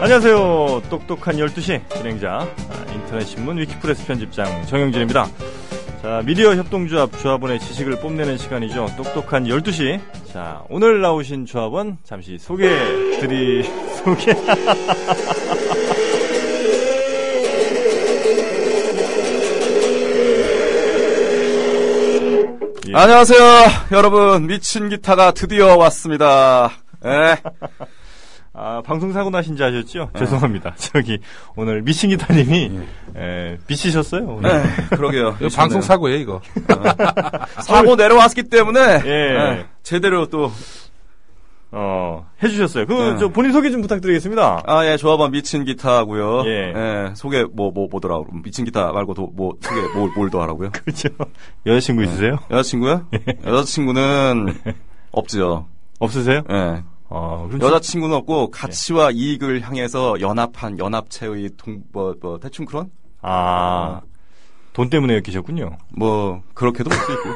안녕하세요. 똑똑한 12시 진행자 아, 인터넷신문 위키프레스 편집장 정영진입니다. 자, 미디어 협동조합 조합원의 지식을 뽐내는 시간이죠. 똑똑한 12시. 자, 오늘 나오신 조합원 잠시 소개 드리 소개 예. 안녕하세요, 여러분. 미친 기타가 드디어 왔습니다. 예. 아, 방송 사고 나신 지 네. 아셨죠? 죄송합니다. 저기 오늘 미친 기타님이 에, 미치셨어요. 오늘. 예, 그러게요. 이거 방송 사고예요, 이거. 사고 내려왔기 때문에 예. 예, 제대로 또 어, 해주셨어요. 그, 네. 저, 본인 소개 좀 부탁드리겠습니다. 아, 예, 조합원 미친 기타고요. 예. 소개 뭐 뭐 뭐더라 그럼 미친 기타 말고도 뭐 소개 뭘뭘더 하라고요? 그죠? 여자친구 있으세요? 네. 여자친구요? 예. 여자친구는 없죠. 없으세요? 예. 어, 그럼 여자친구는 없고 예. 가치와 이익을 향해서 연합한 연합체의 동뭐 뭐, 대충 그런 저- 아, 돈 때문에 엮이셨군요. 뭐 그렇게도 볼 수 있고.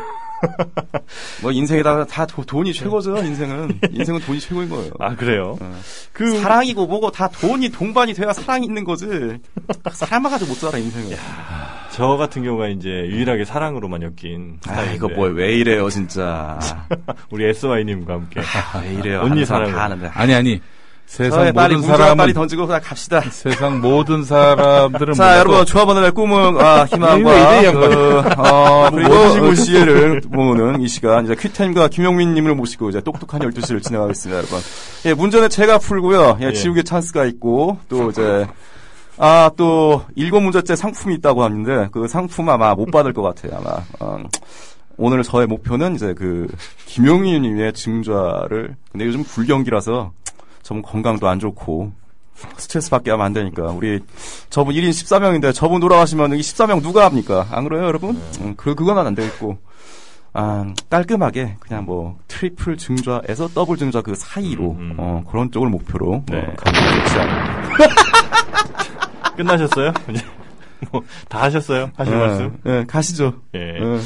뭐 인생에다가 다 도- 돈이 최고죠 인생은 인생은 돈이 최고인 거예요. 아, 그래요? 네. 그, 사랑이고 뭐고 다 돈이 동반이 돼야 사랑이 있는 거지. 사람만 가지고 못 살아 인생은. 저 같은 경우가 이제 유일하게 사랑으로만 엮인. 아 스타일인데 이거 뭐 왜 이래요 진짜. 우리 SY님과 함께. 아, 왜 이래요. 언니 아는 사람 사랑으로. 다 아는데. 아니, 아니. 세상 저의 빨리 모든 우주와 빨리 사람은, 던지고 그냥 갑시다. 세상 모든 사람들은. 자 여러분 조합원의 꿈은 아, 이거 희망과 이래, 이 그, 어, 그리고 모든 어, 지혜를 모으는 이 시간 이제 퀴템과 김용민님을 모시고 이제 똑똑한 12시를 진행하겠습니다 여러분. 예 문제는 제가 풀고요. 예, 예. 지우개 찬스가 있고 또 이제 아 또 일곱 문제째 상품이 있다고 하는데 그 상품 아마 못 받을 것 같아요 아마. 어, 오늘 저의 목표는 이제 그 김용민님의 증좌를 근데 요즘 불경기라서 저분 건강도 안 좋고 스트레스 받게 하면 안 되니까 우리 저분 1인 14명인데 저분 돌아가시면 이 14명 누가 합니까? 안 그래요, 여러분? 네. 음, 그 그거는 안 되겠고. 아, 깔끔하게 그냥 뭐 트리플 증좌에서 더블 증좌 그 사이로 음, 음. 어, 그런 쪽을 목표로 네. 어, 가는 게 좋지 않을까. 끝나셨어요? 이제 뭐, 다 하셨어요? 하실 예, 말씀? 예, 가시죠. 예. 예.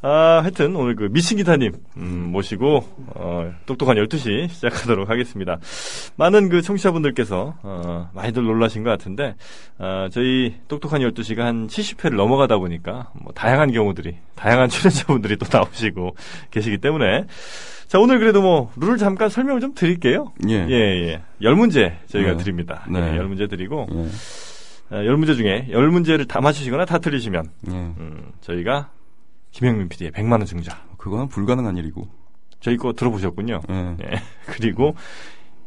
아, 하여튼 오늘 그 미친 기사님 음, 모시고 어, 똑똑한 12시 시작하도록 하겠습니다. 많은 그 청취자분들께서 어, 많이들 놀라신 것 같은데 아, 저희 똑똑한 12시가 한 70회를 넘어가다 보니까 뭐 다양한 경우들이 다양한 출연자분들이 또 나오시고 계시기 때문에 자, 오늘 그래도 뭐 룰 잠깐 설명을 좀 드릴게요. 예. 예, 예. 열 문제 저희가 네. 드립니다. 네. 예, 열 문제 드리고 예. 아, 열 문제 중에 열 문제를 다 맞추시거나 다 틀리시면 예. 음, 저희가 김영민 PD의 100만 원 증자. 그거는 불가능한 일이고. 저희 거 들어보셨군요. 예. 예. 그리고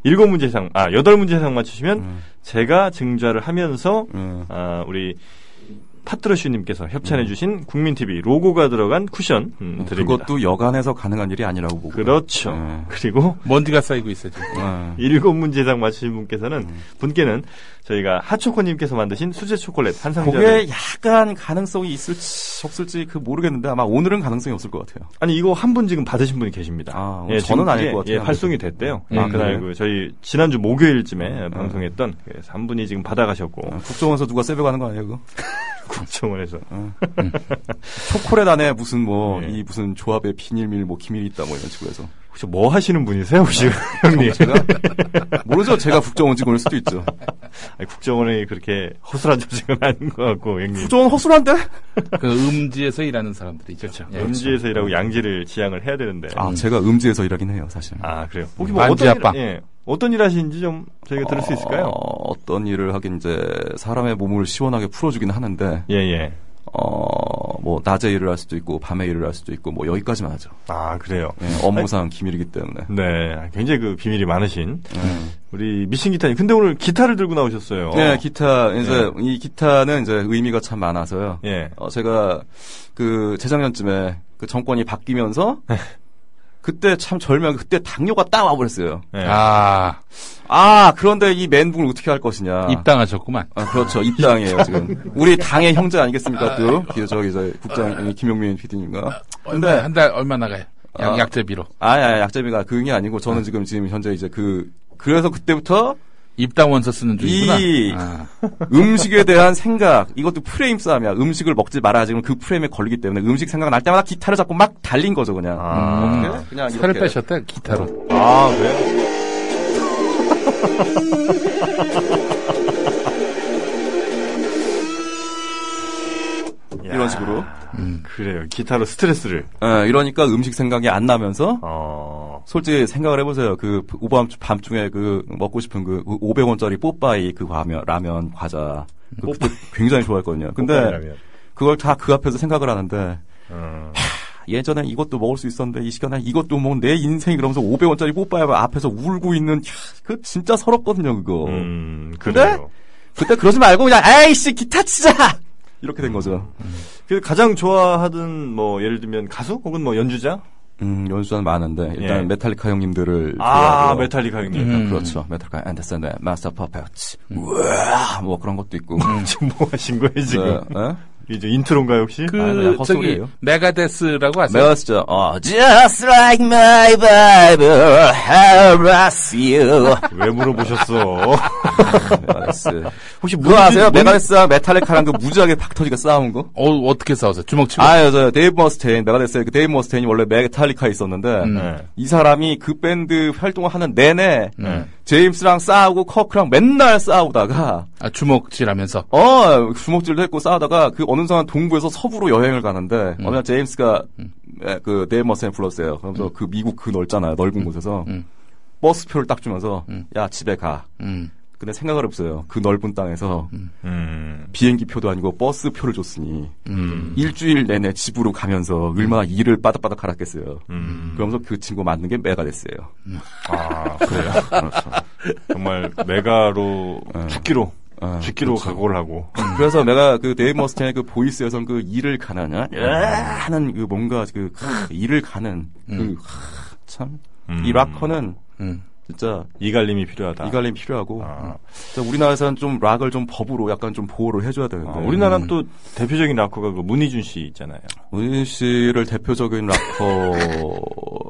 일곱 문제 이상, 아 여덟 문제 이상 맞추시면 음. 제가 증자를 하면서 예. 아, 우리 파트러슈님께서 음. 협찬해주신 국민 TV 로고가 들어간 쿠션 음, 드립니다. 그것도 여간해서 가능한 일이 아니라고 보고. 그렇죠. 예. 그리고 먼지가 쌓이고 있어요, 지금. 예. 일곱 문제 이상 맞추신 분께서는 음. 분께는 저희가 핫초코님께서 만드신 수제 초콜릿 한 상자를 그게 약간 가능성이 있을지 없을지 그 모르겠는데 아마 오늘은 가능성이 없을 것 같아요. 아니 이거 한 분 지금 받으신 분이 계십니다. 아, 지금 저는 아닐 그게, 것 음. 같아요. 예, 발송이 됐대요. 아, 예, 그날 그래요? 그 저희 지난주 음. 목요일쯤에 방송했던 그래서 한 분이 지금 받아가셨고 어, 국정원에서 누가 세배 가는 거 아니에요, 그거? 국정원에서 초콜릿 안에 무슨 뭐, 예. 이 무슨 조합에 비닐밀, 뭐, 기밀이 있다, 뭐, 이런 식으로 해서. 혹시 뭐 하시는 분이세요, 혹시 아, 형님? 제가? 모르죠. 제가 국정원 직원일 수도 있죠. 아니, 국정원이 그렇게 허술한 조직은 아닌 것 같고 형님. 국정원 허술한데? 그 음지에서 일하는 사람들이죠. 그렇죠. 예. 음지에서 일하고 양지를 지향을 해야 되는데. 아, 아, 제가 음지에서 일하긴 해요, 사실. 그래요. 혹시 뭐 반지 어떤 일, 아빠. 예, 어떤 일 하시는지 좀 저희가 들을 수 있을까요? 어, 떤 일을 하긴 이제, 사람의 몸을 시원하게 풀어주긴 하는데, 예, 예. 어, 뭐, 낮에 일을 할 수도 있고, 밤에 일을 할 수도 있고, 뭐, 여기까지만 하죠. 아 그래요. 예, 업무상 기밀이기 때문에. 네, 굉장히 그 비밀이 많으신 우리 미신 기타님. 근데 오늘 기타를 들고 나오셨어요. 네, 기타 이제 이 기타는 이제 의미가 참 많아서요. 예. 어, 제가 그 재작년쯤에 그 정권이 바뀌면서 그때 참 절묘하게 그때 당뇨가 딱 와버렸어요. 예. 아, 아 그런데 이 멘붕을 어떻게 할 것이냐. 입당하셨구만. 아, 그렇죠. 입당이에요, 지금. 우리 당의 형제 아니겠습니까, 또? 기- 저기, 저 국장, 김용민 PD님과. 얼마, 한 달 얼마 나가요? 약, 아. 약제비로. 아니, 아니, 약재비가 그게 아니고, 저는 지금, 지금 현재 이제 그, 그래서 그때부터 입당 원서 쓰는 중이구나. 이- 아, 음식에 대한 생각 이것도 프레임 싸움이야. 음식을 먹지 말아야 지금 그 프레임에 걸리기 때문에 음식 생각 날 때마다 기타를 잡고 막 달린 거죠 그냥. 음. 아. 그냥 살을 이렇게. 어. 빼셨다, 기타로. 아, 그래요? 야, 이런 식으로. 음. 그래요. 기타로 스트레스를. 예, 이러니까 음식 생각이 안 나면서 어. 솔직히 생각을 해보세요. 그 오밤 밤중에 그 먹고 싶은 그 500원짜리 뽀빠이 그 라면, 라면 과자 그 그때 굉장히 좋아했거든요. 근데 뽀빠이라면. 그걸 다 그 앞에서 생각을 하는데 음. 예전에 이것도 먹을 수 있었는데 이 시간에 이것도 먹은 내 인생 그러면서 500원짜리 뽀빠이 앞에서 울고 있는 캬, 그 진짜 서럽거든요 그거. 음, 그래요. 그때 그러지 말고 그냥 에이씨 기타 치자 이렇게 된 거죠. 그 가장 좋아하던 뭐 예를 들면 가수 혹은 뭐 연주자? 음 연수는 많은데 일단 예. 메탈리카 형님들을 아, 좋아하고요. 메탈리카 형님. 음. 그렇죠. 메탈리카 앤더슨의 마스터 퍼펙트. 우와 뭐 그런 것도 있고. 지금 뭐 하신 거예요, 지금? 네, 네. 이제 인트로인가요, 혹시? 그, 아, 그냥 저기, 헛소리예요. 메가데스라고 아세요? 내가 진짜 어, Just like my Bible, how bless you. 왜 물어보셨어? 메가데스. 혹시 네, 그거 아세요? 뭔지- 메가데스랑 메탈리카랑 그 무지하게 팍 터지게 싸운 거? 어, 어떻게 싸웠어요? 주먹치고. 아, 맞아요. 데이브 머스테인, 메가데스의 그 데이브 머스테인이 원래 메탈리카에 있었는데 음. 네. 이 사람이 그 밴드 활동을 하는 내내 네. 제임스랑 싸우고 커크랑 맨날 싸우다가 아, 주먹질하면서. 어 주먹질도 했고 싸우다가 그 어느 순간 동부에서 서부로 여행을 가는데 음. 어느 날 제임스가 에, 그 네이머스에 불렀어요. 그러면서 그 미국 그 넓잖아요. 넓은 곳에서 음. 버스표를 딱 주면서 음. 야 집에 가. 음. 근데 생각을 없어요. 그 넓은 땅에서 음. 비행기 표도 아니고 버스 표를 줬으니 음. 일주일 내내 집으로 가면서 얼마나 일을 빠닥빠닥 갈았겠어요. 음. 그러면서 그 친구 만든 게 메가데스예요. 아, 그래요. 정말 메가로 네. 죽기로 예, 죽기로 그렇죠. 각오를 하고. 그래서 내가 그 데이브 머스탱의 그 보이스에선 그 일을 가느냐 예. 하는 그 뭔가 그 크, 일을 가는 그 음. 그참이 락커는 음. 진짜 이갈림이 필요하다. 이갈림 필요하고 아. 진짜 우리나라에서는 좀 락을 좀 법으로 약간 좀 보호를 해줘야 되는데 네. 아, 우리나라는 또 대표적인 락커가 그 문희준 씨 있잖아요. 문희 씨를 대표적인 락커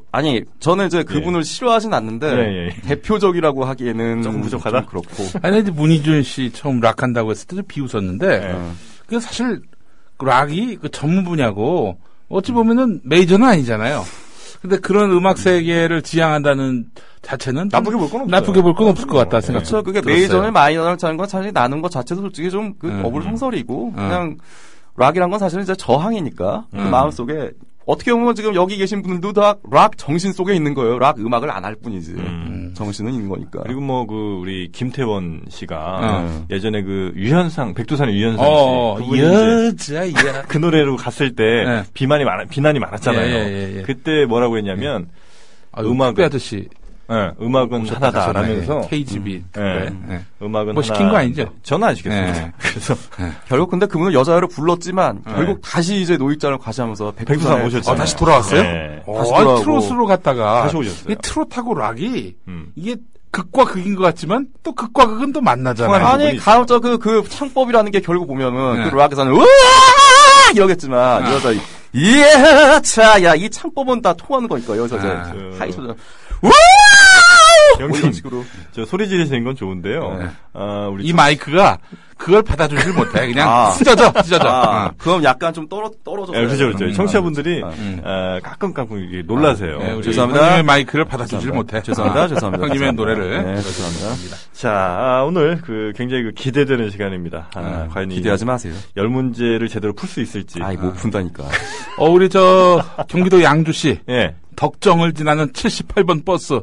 아니 저는 이제 그분을 싫어하진 않는데 예, 예. 대표적이라고 하기에는 조금 부족하다? 좀 그렇고 아니, 근데 문희준 씨 처음 락 한다고 했을 때 좀 비웃었는데, 예. 그 사실, 그 락이 그 전문 분야고, 어찌 보면은 메이저는 아니잖아요. 근데 그런 음악 세계를 지향한다는 자체는 좀 나쁘게 볼 건 없어요. 네. 나쁘게 볼 건 없을 것 같다 생각. 그렇죠. 그게 예. 들었어요. 메이저를 마이너를 차는 건 사실 나는 것 자체도 솔직히 좀그 음. 어불성설이고 그냥 락이란 건 사실은 진짜 저항이니까 그 마음 속에 어떻게 보면 지금 여기 계신 분들도 다 락 정신 속에 있는 거예요. 락 음악을 안 할 뿐이지 음. 정신은 있는 거니까. 그리고 뭐 그 우리 김태원 씨가 음. 예전에 그 유현상 백두산의 유현상 씨 네. 어, 그분이 이제 여자야. 그 노래로 갔을 때 네. 비만이 많아 비난이 많았잖아요. 예, 예, 예, 예. 그때 뭐라고 했냐면 아유, 음악은- 택배 그 아저씨. 예, 음악은 하나다라면서 KGB. 예. 네. 음악은 뭐 시킨 하나- 거 아니죠? 저는 안 시켰습니다. 예. 그래서 결국 근데 그분은 여자를 불렀지만 결국 다시 이제 노익자를 과시하면서 백두산 백두산에 오셨죠. 아, 다시 돌아왔어요? 예. 어, 다시 아니, 돌아오고. 트로트로 갔다가 다시 오셨어요. 이 트로트하고 락이 음. 이게 극과 극인 것 같지만 또 극과 극은 또 만나잖아요. 통하는 아니 부분이 가혹 저그그 창법이라는 게 결국 보면은 네. 그 락에서는 으아 이러겠지만 여기서 예 차야 이 창법은 다 통하는 거니까 여기서 이제 아. 하이 소리 뭐 형님 이런 식으로 저 소리 지르시는 건 좋은데요. 네. 아, 우리 이 마이크가 그걸 받아주질 못해. 그냥 아. 찢어져, 찢어져. 아, 어. 그럼 약간 좀 떨어 떨어져 예, 그렇죠, 그렇죠. 음, 청취자분들이 아, 음. 아, 가끔 가끔 이게 놀라세요. 네, 우리 죄송합니다. 형님의 마이크를 받아주질 못해. 죄송합니다 죄송합니다 형님의 죄송합니다. 노래를. 네, 죄송합니다 자, 아, 오늘 그 굉장히 그 기대되는 시간입니다. 아, 과연 기대하지 마세요 이열 문제를 제대로 풀 수 있을지. 아이 못 푼다니까 어, 우리 저 경기도 양주시 예, 덕정을 지나는 78번 버스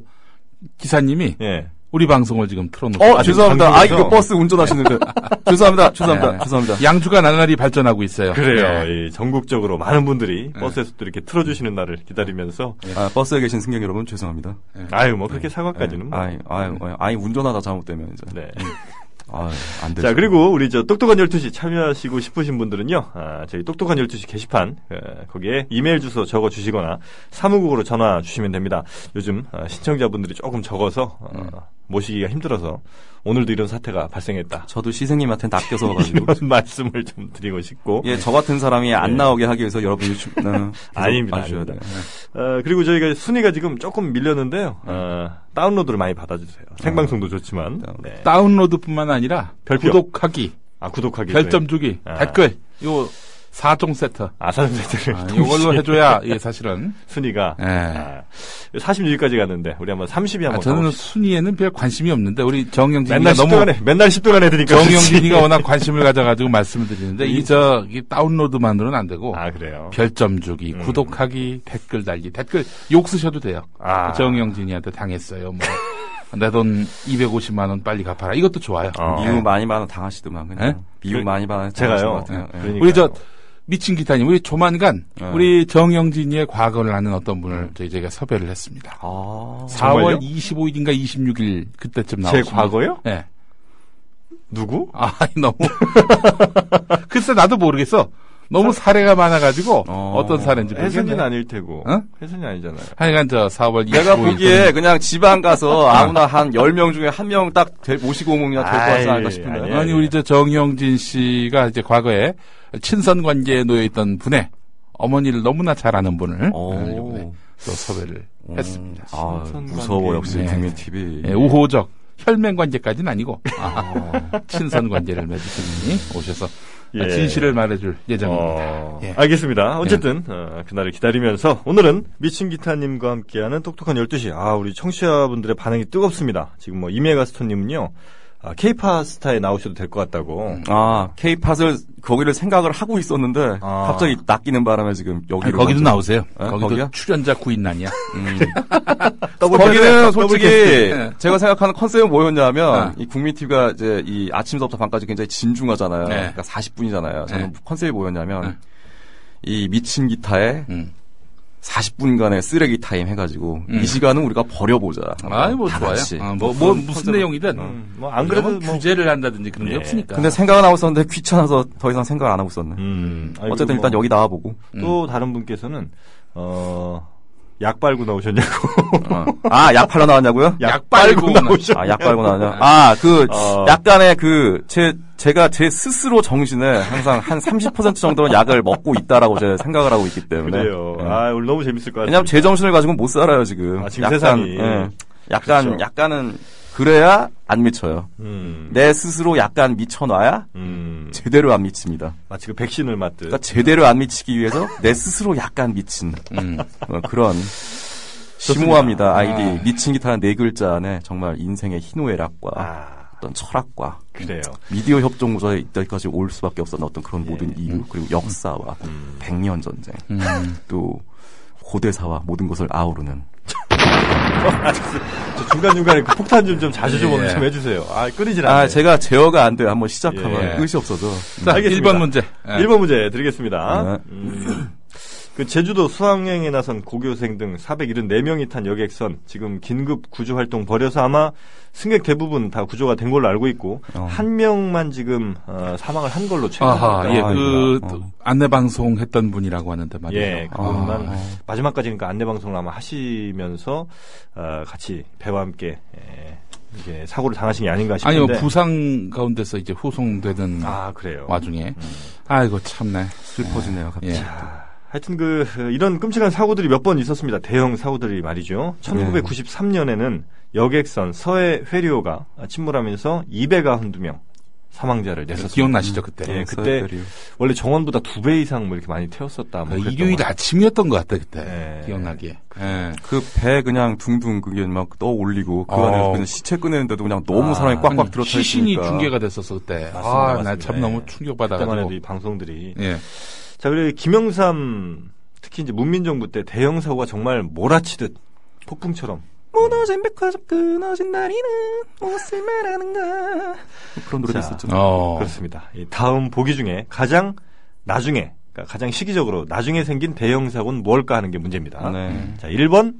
기사님이 예. 우리 방송을 지금 틀어놓고 네. 어 아주 죄송합니다 아 방송에서- 이거 버스 운전하시는데 죄송합니다 죄송합니다 죄송합니다 양주가 나날이 발전하고 있어요. 그래요. 네. 이 전국적으로 많은 분들이 버스에서 또 이렇게 틀어주시는 날을 기다리면서 아, 버스에 계신 승객 여러분 죄송합니다 예. 아유 뭐 그렇게 사과까지는 뭐. 네. 아이 아이 아이 운전하다 잘못되면 이제 네. 아유 안 되죠 네. 자 그리고 우리 저 똑똑한 12시 참여하시고 싶으신 분들은요. 아, 저희 똑똑한 12시 게시판 어, 거기에 이메일 주소 적어 주시거나 사무국으로 전화 주시면 됩니다. 요즘 아, 신청자분들이 조금 적어서 어, 네. 모시기가 힘들어서 오늘도 이런 사태가 발생했다. 저도 시생님한테 낚여서 와가지고 이런 말씀을 좀 드리고 싶고 예, 저 같은 사람이 안 예. 나오게 하기 위해서 여러분이 주, 네, 계속 아닙니다, 봐주셔야 아닙니다. 돼요. 어, 그리고 저희가 순위가 지금 조금 밀렸는데요. 네. 어, 다운로드를 많이 받아주세요. 생방송도 좋지만 예. 네. 다운로드뿐만 아니라 별표. 구독하기, 예. 아 구독하기 별점 주기, 아. 댓글. 요 4종 세트. 아사는 세트를 아, 동시에 이걸로 해줘야, 이게 사실은. 순위가 예. 아, 46위까지 갔는데 우리 한번 30위 아, 한번 뭐 저는 가봅시다. 순위에는 별 관심이 없는데, 우리 정영진이가 맨날 10등 너무, 안에 맨날 10등 안에 그러니까 드니까 정영진이가 워낙 관심을 가져가지고 말씀을 드리는데, 이, 저, 이 다운로드만으로는 안 되고, 아 그래요. 별점 주기, 구독하기, 댓글 달기, 댓글 욕 쓰셔도 돼요. 아. 정영진이한테 당했어요. 뭐. 내 돈 250만 원 빨리 갚아라. 이것도 좋아요. 어. 미우 많이 받아 당하시더만 그냥. 예? 미우 그- 많이 받아 당하신 제가요. 네. 것 같아요. 예. 그러니까요. 네. 우리 저 미친 기타님, 우리 조만간 네. 우리 정영진이의 과거를 아는 어떤 분을 저희 제가 섭외를 했습니다. 아, 4월 정말요? 25일인가 26일 그때쯤 제 나왔습니다. 과거요? 예. 누구? 아, 너무 글쎄 나도 모르겠어. 너무 사례가 많아가지고 어, 어, 떤 사례인지 혜선이는 모르겠네. 아닐 테고. 어? 혜선이 아니잖아요. 하여간 저 4월 25일 내가 뭐 보기에 그냥 지방 가서 아무나 한 10명 중에 한 명 딱 모시고 오면 그냥 될것 같지 않을까 아이, 싶은데. 아니에요. 예, 아니 예. 우리 저 정영진 씨가 이제 과거에 친선 관계에 놓여 있던 분의 어머니를 너무나 잘 아는 분을 오. 어, 이번에 음. 또 섭외를 했습니다. 아, 신선관계. 무서워 역시 네. 국민 TV. 예, 우호적 혈맹 관계까지는 아니고 친선 관계를 맺으신 분이 오셔서 예. 진실을 말해줄 예정입니다. 어, 네. 예. 알겠습니다. 어쨌든 어, 그날을 기다리면서 오늘은 미친 기타님과 함께하는 똑똑한 12시. 아 우리 청취자분들의 반응이 뜨겁습니다. 지금 뭐 이메가스톤님은요. 아, 케이파 스타에 나오셔도 될 것 같다고. 음. 아, 케이팟을 거기를 생각을 하고 있었는데 아. 갑자기 낚이는 바람에 지금 여기로 아니, 거기도 먼저- 나오세요. 예? 거기도 거기요? 출연자 구인난이야. 거기는 솔직히 캐스팅. 예. 제가 생각하는 컨셉은 뭐였냐면 예. 이 국민 TV가 이제 이 아침서부터 밤까지 굉장히 진중하잖아요. 예. 그러니까 40분이잖아요. 저는 예. 컨셉이 뭐였냐면 예. 이 미친 기타에 음. 40분간의 쓰레기 타임 해가지고 음. 이 시간은 우리가 버려보자. 아니 뭐 다 좋아요. 같이. 아, 뭐, 뭐 컨셉은- 무슨 내용이든 뭐안 그래도 왜냐면 뭐. 규제를 한다든지 그런 게 예. 없으니까. 근데 생각은 하고 있었는데 귀찮아서 더 이상 생각을 안 하고 있었네. 음, 아니, 어쨌든 그리고 뭐. 일단 여기 나와보고. 또 다른 분께서는 어. 약 빨고 나오셨냐고. 어. 아, 약 팔러 나왔냐고요? 약 빨고 나오셨. 아, 약 빨고 나냐? 아, 그, 네. 어. 약간의 그, 제, 제가 제 스스로 정신에 항상 한 30% 정도는 약을 먹고 있다라고 제 생각을 하고 있기 때문에. 그래요. 예. 아 오늘 너무 재밌을 것 같아요. 왜냐면 제 정신을 가지고는 못 살아요, 지금. 아, 지금 세상이. 예. 약간, 그렇죠. 약간은, 그래야 안 미쳐요. 음, 내 스스로 약간 미쳐놔야 음. 제대로 안 미칩니다. 마치 그 백신을 맞듯. 그러니까 제대로 안 미치기 위해서 내 스스로 약간 미친 음. 어, 그런 심오합니다. 아이디 미친 기타는 네 글자 안에 정말 인생의 희노애락과 아 어떤 철학과 그래요. 미디어 협동 구조에 이때까지 올 수밖에 없었던 어떤 그런 모든 이유 그리고 역사와 백년 전쟁 또 고대사와 모든 것을 아우르는 저 중간중간에 그 폭탄 좀, 좀 자주 좀 예. 오늘 좀 해주세요. 아, 끊이질 않아요. 아 제가 제어가 안 돼요 한번 시작하면 예. 끝이 없어서 자, 알겠습니다. 1번 문제. 예. 1번 문제 드리겠습니다. 네. 음, 그 제주도 수학여행에 나선 고교생 등 474명이 탄 여객선 지금 긴급 구조활동 벌여서 아마 승객 대부분 다 구조가 된 걸로 알고 있고 어. 한 명만 지금 어, 사망을 한 걸로 최근 아하, 예, 아, 그, 이거야. 안내 방송 했던 분이라고 하는데 아. 말이죠. 예, 그분만 마지막까지 그러니까 안내 방송을 아마 하시면서 어, 같이 배와 함께 예, 이게 사고를 당하신 게 아닌가 아니, 싶은데 뭐 부상 가운데서 이제 후송되는 아, 그래요. 와중에. 아이고, 참네. 슬퍼지네요 갑자기 예. 하여튼 그 어, 이런 끔찍한 사고들이 몇 번 있었습니다. 대형 사고들이 말이죠. 1993년에는 여객선 서해 회리호가 침몰하면서 2배가 한두 명 사망자를 그래서 냈었습니다. 네, 기억나시죠, 그때? 예, 그때 서해별이요. 원래 정원보다 두 배 이상 뭐 이렇게 많이 태웠었다. 뭐 그 그랬던 일요일 것 아침이었던 것 같아, 그때. 예. 기억나기에. 예. 그 배 그냥 둥둥 그게 막 떠올리고 그 안에서 어. 그냥 시체 꺼내는데도 그냥 너무 사람이 아니, 꽉꽉 들어차 있으니까 시신이 중계가 됐었어, 그때. 아, 맞습니다. 나 참 예. 너무 충격받아가지고. 때만 해도 이 방송들이 예. 자 그리고 김영삼 특히 이제 문민정부 때 대형 사고가 정말 몰아치듯 폭풍처럼 무너진 백화점 끊어진 날이는 무엇을 말하는가 그런 노래도 자. 있었죠 어. 그렇습니다. 이 다음 보기 중에 가장 나중에 그러니까 가장 시기적으로 나중에 생긴 대형 사고는 뭘까 하는 게 어. 문제입니다. 음, 네. 자, 1번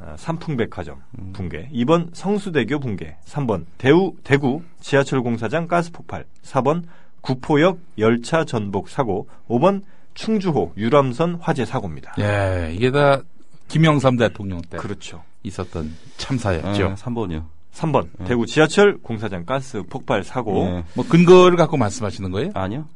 아, 삼풍백화점 음. 붕괴, 2번 성수대교 붕괴, 3번 대우 대구 지하철 공사장 가스 폭발, 4번 구포역 열차 전복 사고, 5번 충주호 유람선 화재 사고입니다. 네. 예, 이게 다 김영삼 대통령 때 그렇죠. 예. 있었던 네, 참사였죠. 3번이요 3번 네. 대구 지하철 공사장 가스 폭발 사고. 예. 뭐 근거를 갖고 말씀하시는 거예요? 아니요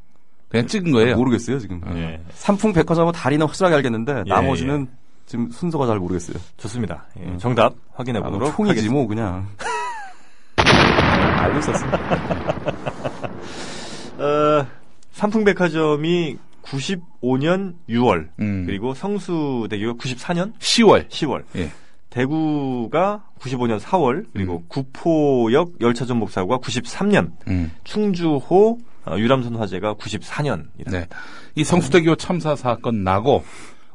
그냥 찍은 거예요? 모르겠어요 지금 예. 삼풍 백화점은 다리는 확실하게 알겠는데 예, 나머지는 지금 순서가 잘 모르겠어요 좋습니다. 예, 정답 네, 확인해 음. 아, 보도록 총이지 하겠습니다. 뭐 그냥 알고 있었습니다 어, 삼풍백화점이 95년 6월 음. 그리고 성수대교가 94년 10월. 10월 예. 대구가 95년 4월 그리고 구포역 열차 전복 사고가 93년 음. 충주호 어, 유람선 화재가 94년이다. 네. 이 성수대교 참사 사건 나고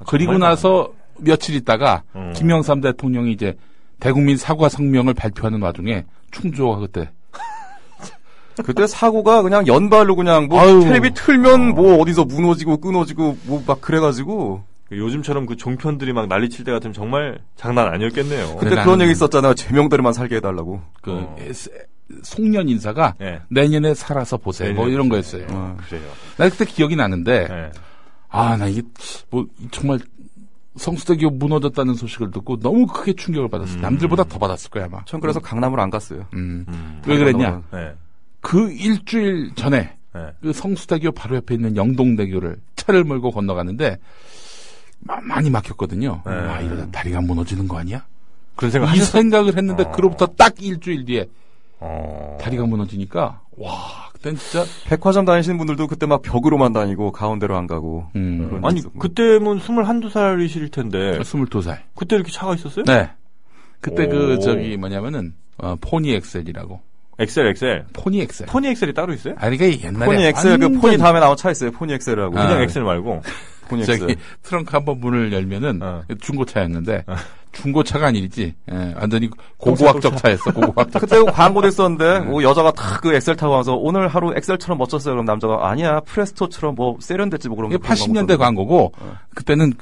그리고 아, 정말 나서 며칠 있다가 음. 김영삼 대통령이 이제 대국민 사과 성명을 발표하는 와중에 충주호가 그때 그때 사고가 그냥 연발로 그냥 뭐 아유. 텔레비 틀면 뭐 어디서 무너지고 끊어지고 뭐 막 그래가지고 요즘처럼 그 종편들이 막 난리칠 때 같으면 정말 장난 아니었겠네요. 그때 그래, 그런 나는- 얘기 있었잖아요. 제명들만 살게 해달라고. 그 어. 에스- 송년 인사가 예. 내년에 살아서 보세요. 뭐 내년에 이런 거였어요. 어. 그래요. 네. 나 그때 기억이 나는데 예. 아, 나 이게 뭐 정말 성수대교 무너졌다는 소식을 듣고 너무 크게 충격을 받았어. 요 남들보다 더 받았을 거야 아마. 전 그래서 강남으로 안 갔어요. 음. 음. 왜 그랬냐? 강남으로는. 예. 그 일주일 전에 예. 그 성수대교 바로 옆에 있는 영동대교를 차를 몰고 건너가는데 마- 많이 막혔거든요. 네. 아 이러다 다리가 무너지는 거 아니야? 그런 네, 생각 이 하셨 생각을 했는데 어. 그로부터 딱 일주일 뒤에 어. 다리가 무너지니까 와 그땐 진짜 백화점 다니시는 분들도 그때 막 벽으로만 다니고 가운데로 안 가고. 음, 아니 그때면 스물한두 살이실 텐데 22살. 그때 이렇게 차가 있었어요? 네. 그때 오. 그 저기 뭐냐면은 어, 포니 엑셀이라고. 엑셀 엑셀. 포니 엑셀. 포니 엑셀이 따로 있어요? 아 이게 옛날에 포니 엑셀 그 완전 포니 다음에 나온 차 있어요. 포니 엑셀이라고. 아. 그냥 그냥 엑셀 말고. 포니 엑셀. 저기 트렁크 한 번 문을 열면은 어. 중고차였는데 어. 중고차가 아니지 예, 완전히 고고학적 차였어 고고학적 그때 광고도 네. 있었는데 뭐 여자가 탁 그 엑셀 타고 와서 오늘 하루 엑셀처럼 멋졌어요. 그럼 남자가 아니야 프레스토처럼 뭐 세련됐지 뭐 그런 이게 거 그런 80년대 광고 광고고 어. 그때는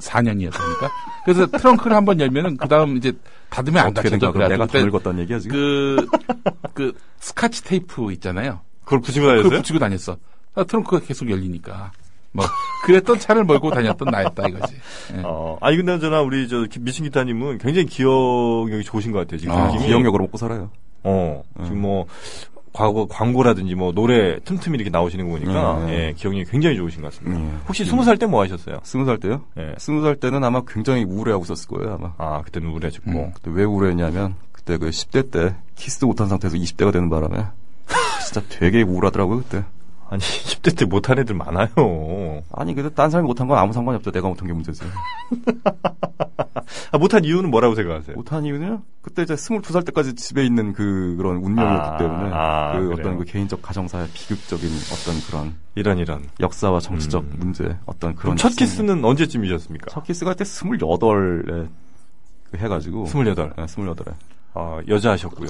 94년이었으니까 그래서 트렁크를 한 번 열면은 그 다음 이제 닫으면 안 어떻게 된 거야? 닫혀져 그럼 그래 내가 더 그때 늙었다는 얘기야 지금? 그, 그 스카치 테이프 있잖아요 그걸 붙이고 그걸 다녔어요? 붙이고 다녔어 아, 트렁크가 계속 열리니까 뭐 그랬던 차를 몰고 다녔던 나였다 이거지 네. 예. 어, 아니 근데 저나 우리 저 기- 미친 기타님은 굉장히 기억력이 좋으신 것 같아요. 지금 아, 느낌이. 기억력으로 음. 먹고 살아요. 어, 지금 뭐 과거 광고라든지 뭐 노래 틈틈이 이렇게 나오시는 거 보니까 음, 음. 예, 기억력이 굉장히 좋으신 것 같습니다. 음. 혹시 스무 살 때 뭐 하셨어요? 스무 살 때요? 예. 스무 살 때는 아마 굉장히 우울해하고 있었을 거예요 아마. 아, 그때는 우울해졌고. 음. 그때 왜 우울했냐면 그때 그 10대 때 키스도 못한 상태에서 20대가 되는 바람에 진짜 되게 우울하더라고요 그때. 아니, 10대 때 못한 애들 많아요. 아니 근데 딴 사람이 못한 건 아무 상관이 없죠. 내가 못한 게 문제지. 네. 아, 못한 이유는 뭐라고 생각하세요? 못한 이유는요? 그때 이제 22살 때까지 집에 있는 그 그런 운명이었기 아, 때문에 아, 그 그래요? 어떤 그 개인적 가정사의 비극적인 어떤 그런 이런 이런. 역사와 정치적 음. 문제 어떤 그런 그럼 첫 기승- 키스는 언제쯤이셨습니까? 첫 키스가 그때 28에 그 해가지고 28. 네, 28에 아, 여자 하셨고요.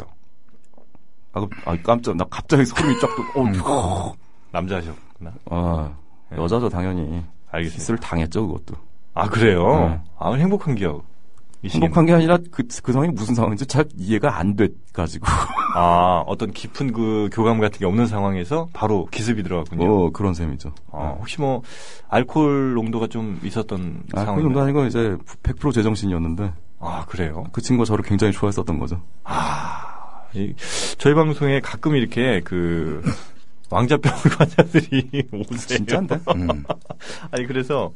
아, 그- 아 깜짝 나 갑자기 소름이 쫙 돋- 음. 어, 이거. 남자 하셨구나. 아, 여자죠 당연히 알겠습니다. 키스를 당했죠 그것도 아, 그래요? 네. 아, 행복한 기억. 이시겠네. 행복한 게 아니라 그, 그 상황이 무슨 상황인지 잘 이해가 안 돼가지고 아, 어떤 깊은 그 교감 같은 게 없는 상황에서 바로 기습이 들어갔군요. 어, 그런 셈이죠 예. 아, 혹시 뭐 알코올 농도가 좀 있었던 아, 그 상황인가요? 정도 아니고 이제 100% 제정신이었는데 아, 그래요. 그 친구가 저를 굉장히 좋아했었던 거죠. 이- 저희 방송에 가끔 이렇게 그 왕자병 환자들이 오세요. 진짜인데? 음. 아니 그래서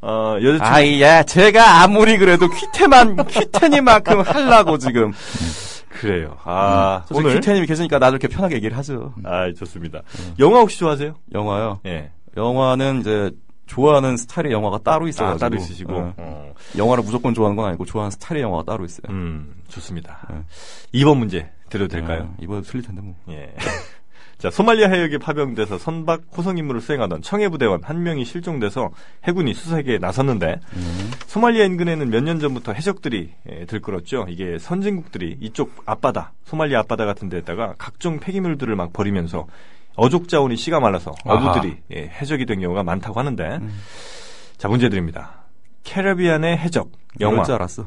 어, 여자친구 아이야, 제가 아무리 그래도 퀴테만, 퀴테님만큼 하려고 지금. 그래요. 아 사실 오늘 음. 퀴테님이 계시니까 나도 이렇게 편하게 얘기를 하죠. 아 좋습니다. 음. 영화 혹시 좋아하세요? 영화요. 예. 영화는 이제 좋아하는 스타일의 영화가 따로 있어가지고. 아, 따로 있으시고. 예. 어, 영화를 무조건 좋아하는 건 아니고 좋아하는 스타일의 영화가 따로 있어요. 음 좋습니다. 네. 2번 문제 드려도 될까요? 예, 이번에 틀릴 텐데 뭐. 예. 자, 소말리아 해역에 파병돼서 선박 호송 임무를 수행하던 청해부대원 한 명이 실종돼서 해군이 수색에 나섰는데 소말리아 인근에는 몇 년 전부터 해적들이 예, 들끓었죠. 이게 선진국들이 이쪽 앞바다, 소말리아 앞바다 같은 데에다가 각종 폐기물들을 막 버리면서 어족 자원이 씨가 말라서 아하. 어부들이 예, 해적이 된 경우가 많다고 하는데 자, 문제 드립니다. 캐리비안의 해적 영화 이럴 줄 알았어.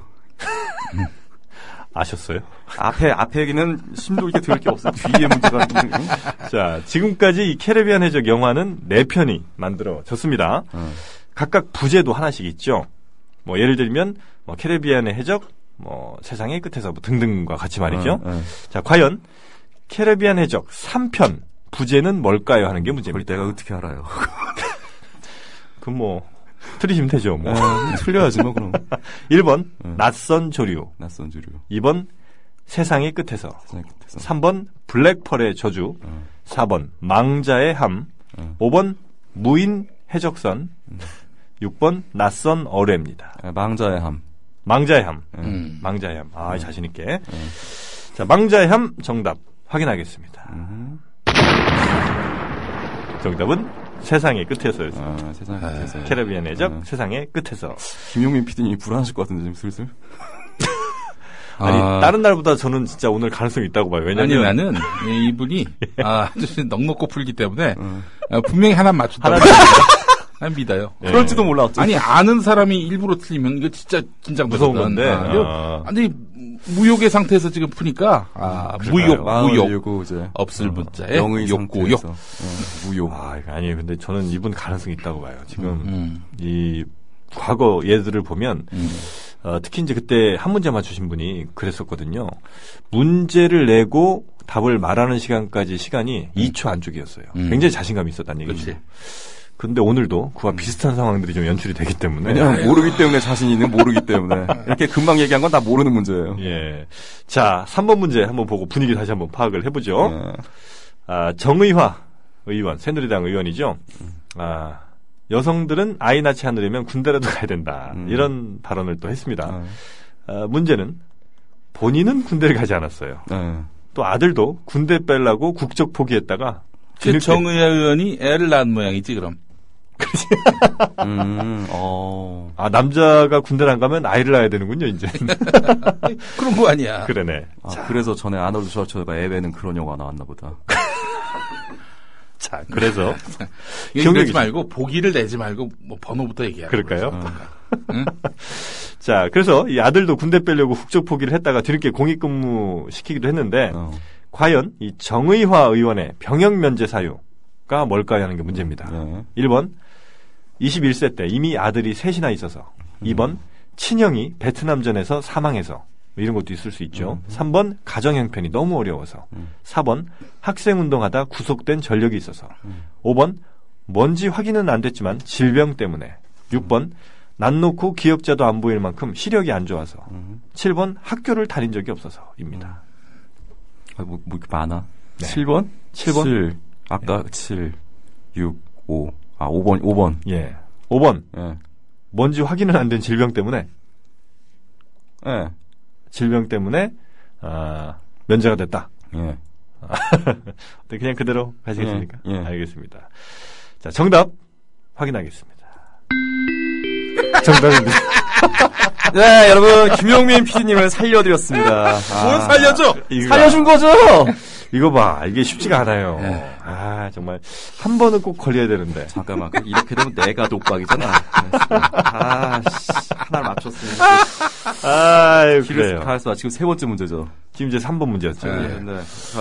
아셨어요? 앞에, 앞에 얘기는 심도 있게 들을 게 없어. 뒤에 문제가. 있는 거. 자, 지금까지 이 캐리비안 해적 영화는 네편이 만들어졌습니다. 어. 각각 부제도 하나씩 있죠. 뭐 예를 들면 뭐 캐리비안의 해적, 뭐 세상의 끝에서 뭐 등등과 같이 말이죠. 예, 예. 자, 과연 캐리비안 해적 3편 부제는 뭘까요 하는 게 그걸 문제입니다. 뭐 내가 어떻게 알아요. 그럼 뭐 틀리시면 되죠, 뭐. 예, 틀려야지 뭐 그럼. 1번 낯선 조류, 낯선 주류. 2번 세상의 끝에서, 세상의 끝에서. 어. 3번 블랙펄의 저주, 4번 망자의 함, 5번 무인 해적선, 6번 낯선 어뢰입니다. 예, 망자의 함. 망자의 함, 예. 음. 망자의 함. 아 자신 있게. 자 망자의 함 정답 확인하겠습니다. 음. 정답은 세상의 끝에서였습니다. 아, 세상에. 아, 세상에. 캐리비안 해적 음. 세상의 끝에서. 김용민 PD님 불안하실 것 같은데, 지금 슬슬. 아니 아, 다른 날보다 저는 진짜 오늘 가능성이 있다고 봐요. 아니 왜냐면 나는 이- 이분이 아, 아주 넉넉고 풀기 때문에 아, 분명히 하나 맞춘다고 난 믿어요. 예. 그럴지도 몰라. 아니 아는 사람이 일부러 틀리면 이거 진짜 긴장 무서운 건데. 아, 이거 아. 완전히 무욕의 상태에서 지금 푸니까 아, 무욕 마음을 무욕 이고 이제. 없을 문자에 영의 욕구 욕. 상태에서. 예, 무욕. 아, 이거 아니에요. 근데 저는 이분 가능성이 있다고 봐요. 지금 음. 이 과거 예들을 보면 음. 어, 특히 이제 그때 한 문제 맞추신 분이 그랬었거든요. 문제를 내고 답을 말하는 시간까지 시간이 2초 안쪽이었어요. 음. 굉장히 자신감이 있었다는 얘기죠. 그렇지. 근데 오늘도 그와 음. 비슷한 상황들이 좀 연출이 되기 때문에 왜냐면 모르기 때문에 자신 있는 모르기 때문에. 이렇게 금방 얘기한 건 다 모르는 문제예요. 예. 자, 3번 문제 한번 보고 분위기 다시 한번 파악을 해 음. 보죠. 예. 아, 정의화 의원, 새누리당 의원이죠. 아, 여성들은 아이 낳지 않으려면 군대라도 가야 된다. 음. 이런 발언을 또 했습니다. 아, 아, 문제는 본인은 군대를 가지 않았어요. 예. 또 아들도 군대 빼려고 국적 포기했다가 그 뒤늦게- 정의아 의원이 애를 낳은 모양이지 그럼. 음, 어. 아, 남자가 군대를 안 가면 아이를 낳아야 되는군요, 이제. 그런 거 아니야. 그러네. 아, 그래서 전에 아놀드 슈왈츠가 에베는 그런 영화 나왔나 보다. 자, 그래서 이거 기억력이 내지 말고 보기를 내지 말고 뭐 번호부터 얘기하라. 그럴까요? 아. 응? 자, 그래서 이 아들도 군대 빼려고 국적 포기를 했다가 뒤늦게 공익근무 시키기도 했는데 어. 과연 이 정의화 의원의 병역 면제 사유가 뭘까요 하는 게 문제입니다. 예. 1번 21세 때 이미 아들이 셋이나 있어서 2번 친형이 베트남전에서 사망해서 뭐 이런 것도 있을 수 있죠. 3번 가정 형편이 너무 어려워서 4번 학생 운동하다 구속된 전력이 있어서 5번 뭔지 확인은 안 됐지만 질병 때문에 6번 난 놓고 기업자도 안 보일 만큼 시력이 안 좋아서 음. 7번 학교를 다닌 적이 없어서입니다. 아, 뭐, 뭐 이렇게 많아. 네. 7번? 7번? 7. 아까 7, 6, 5. 아, 5번, 5번. 예. 5번 예. 뭔지 확인은 안 된 질병 때문에 예. 질병 때문에 아, 면제가 됐다. 예. 네, 그냥 그대로 가시겠습니까? 예, 예. 알겠습니다. 자, 정답 확인하겠습니다. 정답입니다. 네, 여러분, 김용민 PD님을 살려드렸습니다. 아. 뭘 살려줘? 이거, 살려준 거죠? 이거 봐. 이게 쉽지가 않아요. 예. 아, 정말 한 번은 꼭 걸려야 되는데. 아, 잠깐만, 그럼 이렇게 되면 내가 독박이잖아. 아, 씨, 하나를 맞췄습니다. 아, 기를 그래요. 가했어. 지금 세 번째 문제죠. 지금 이제 3번 문제였죠. 예. 예. 네.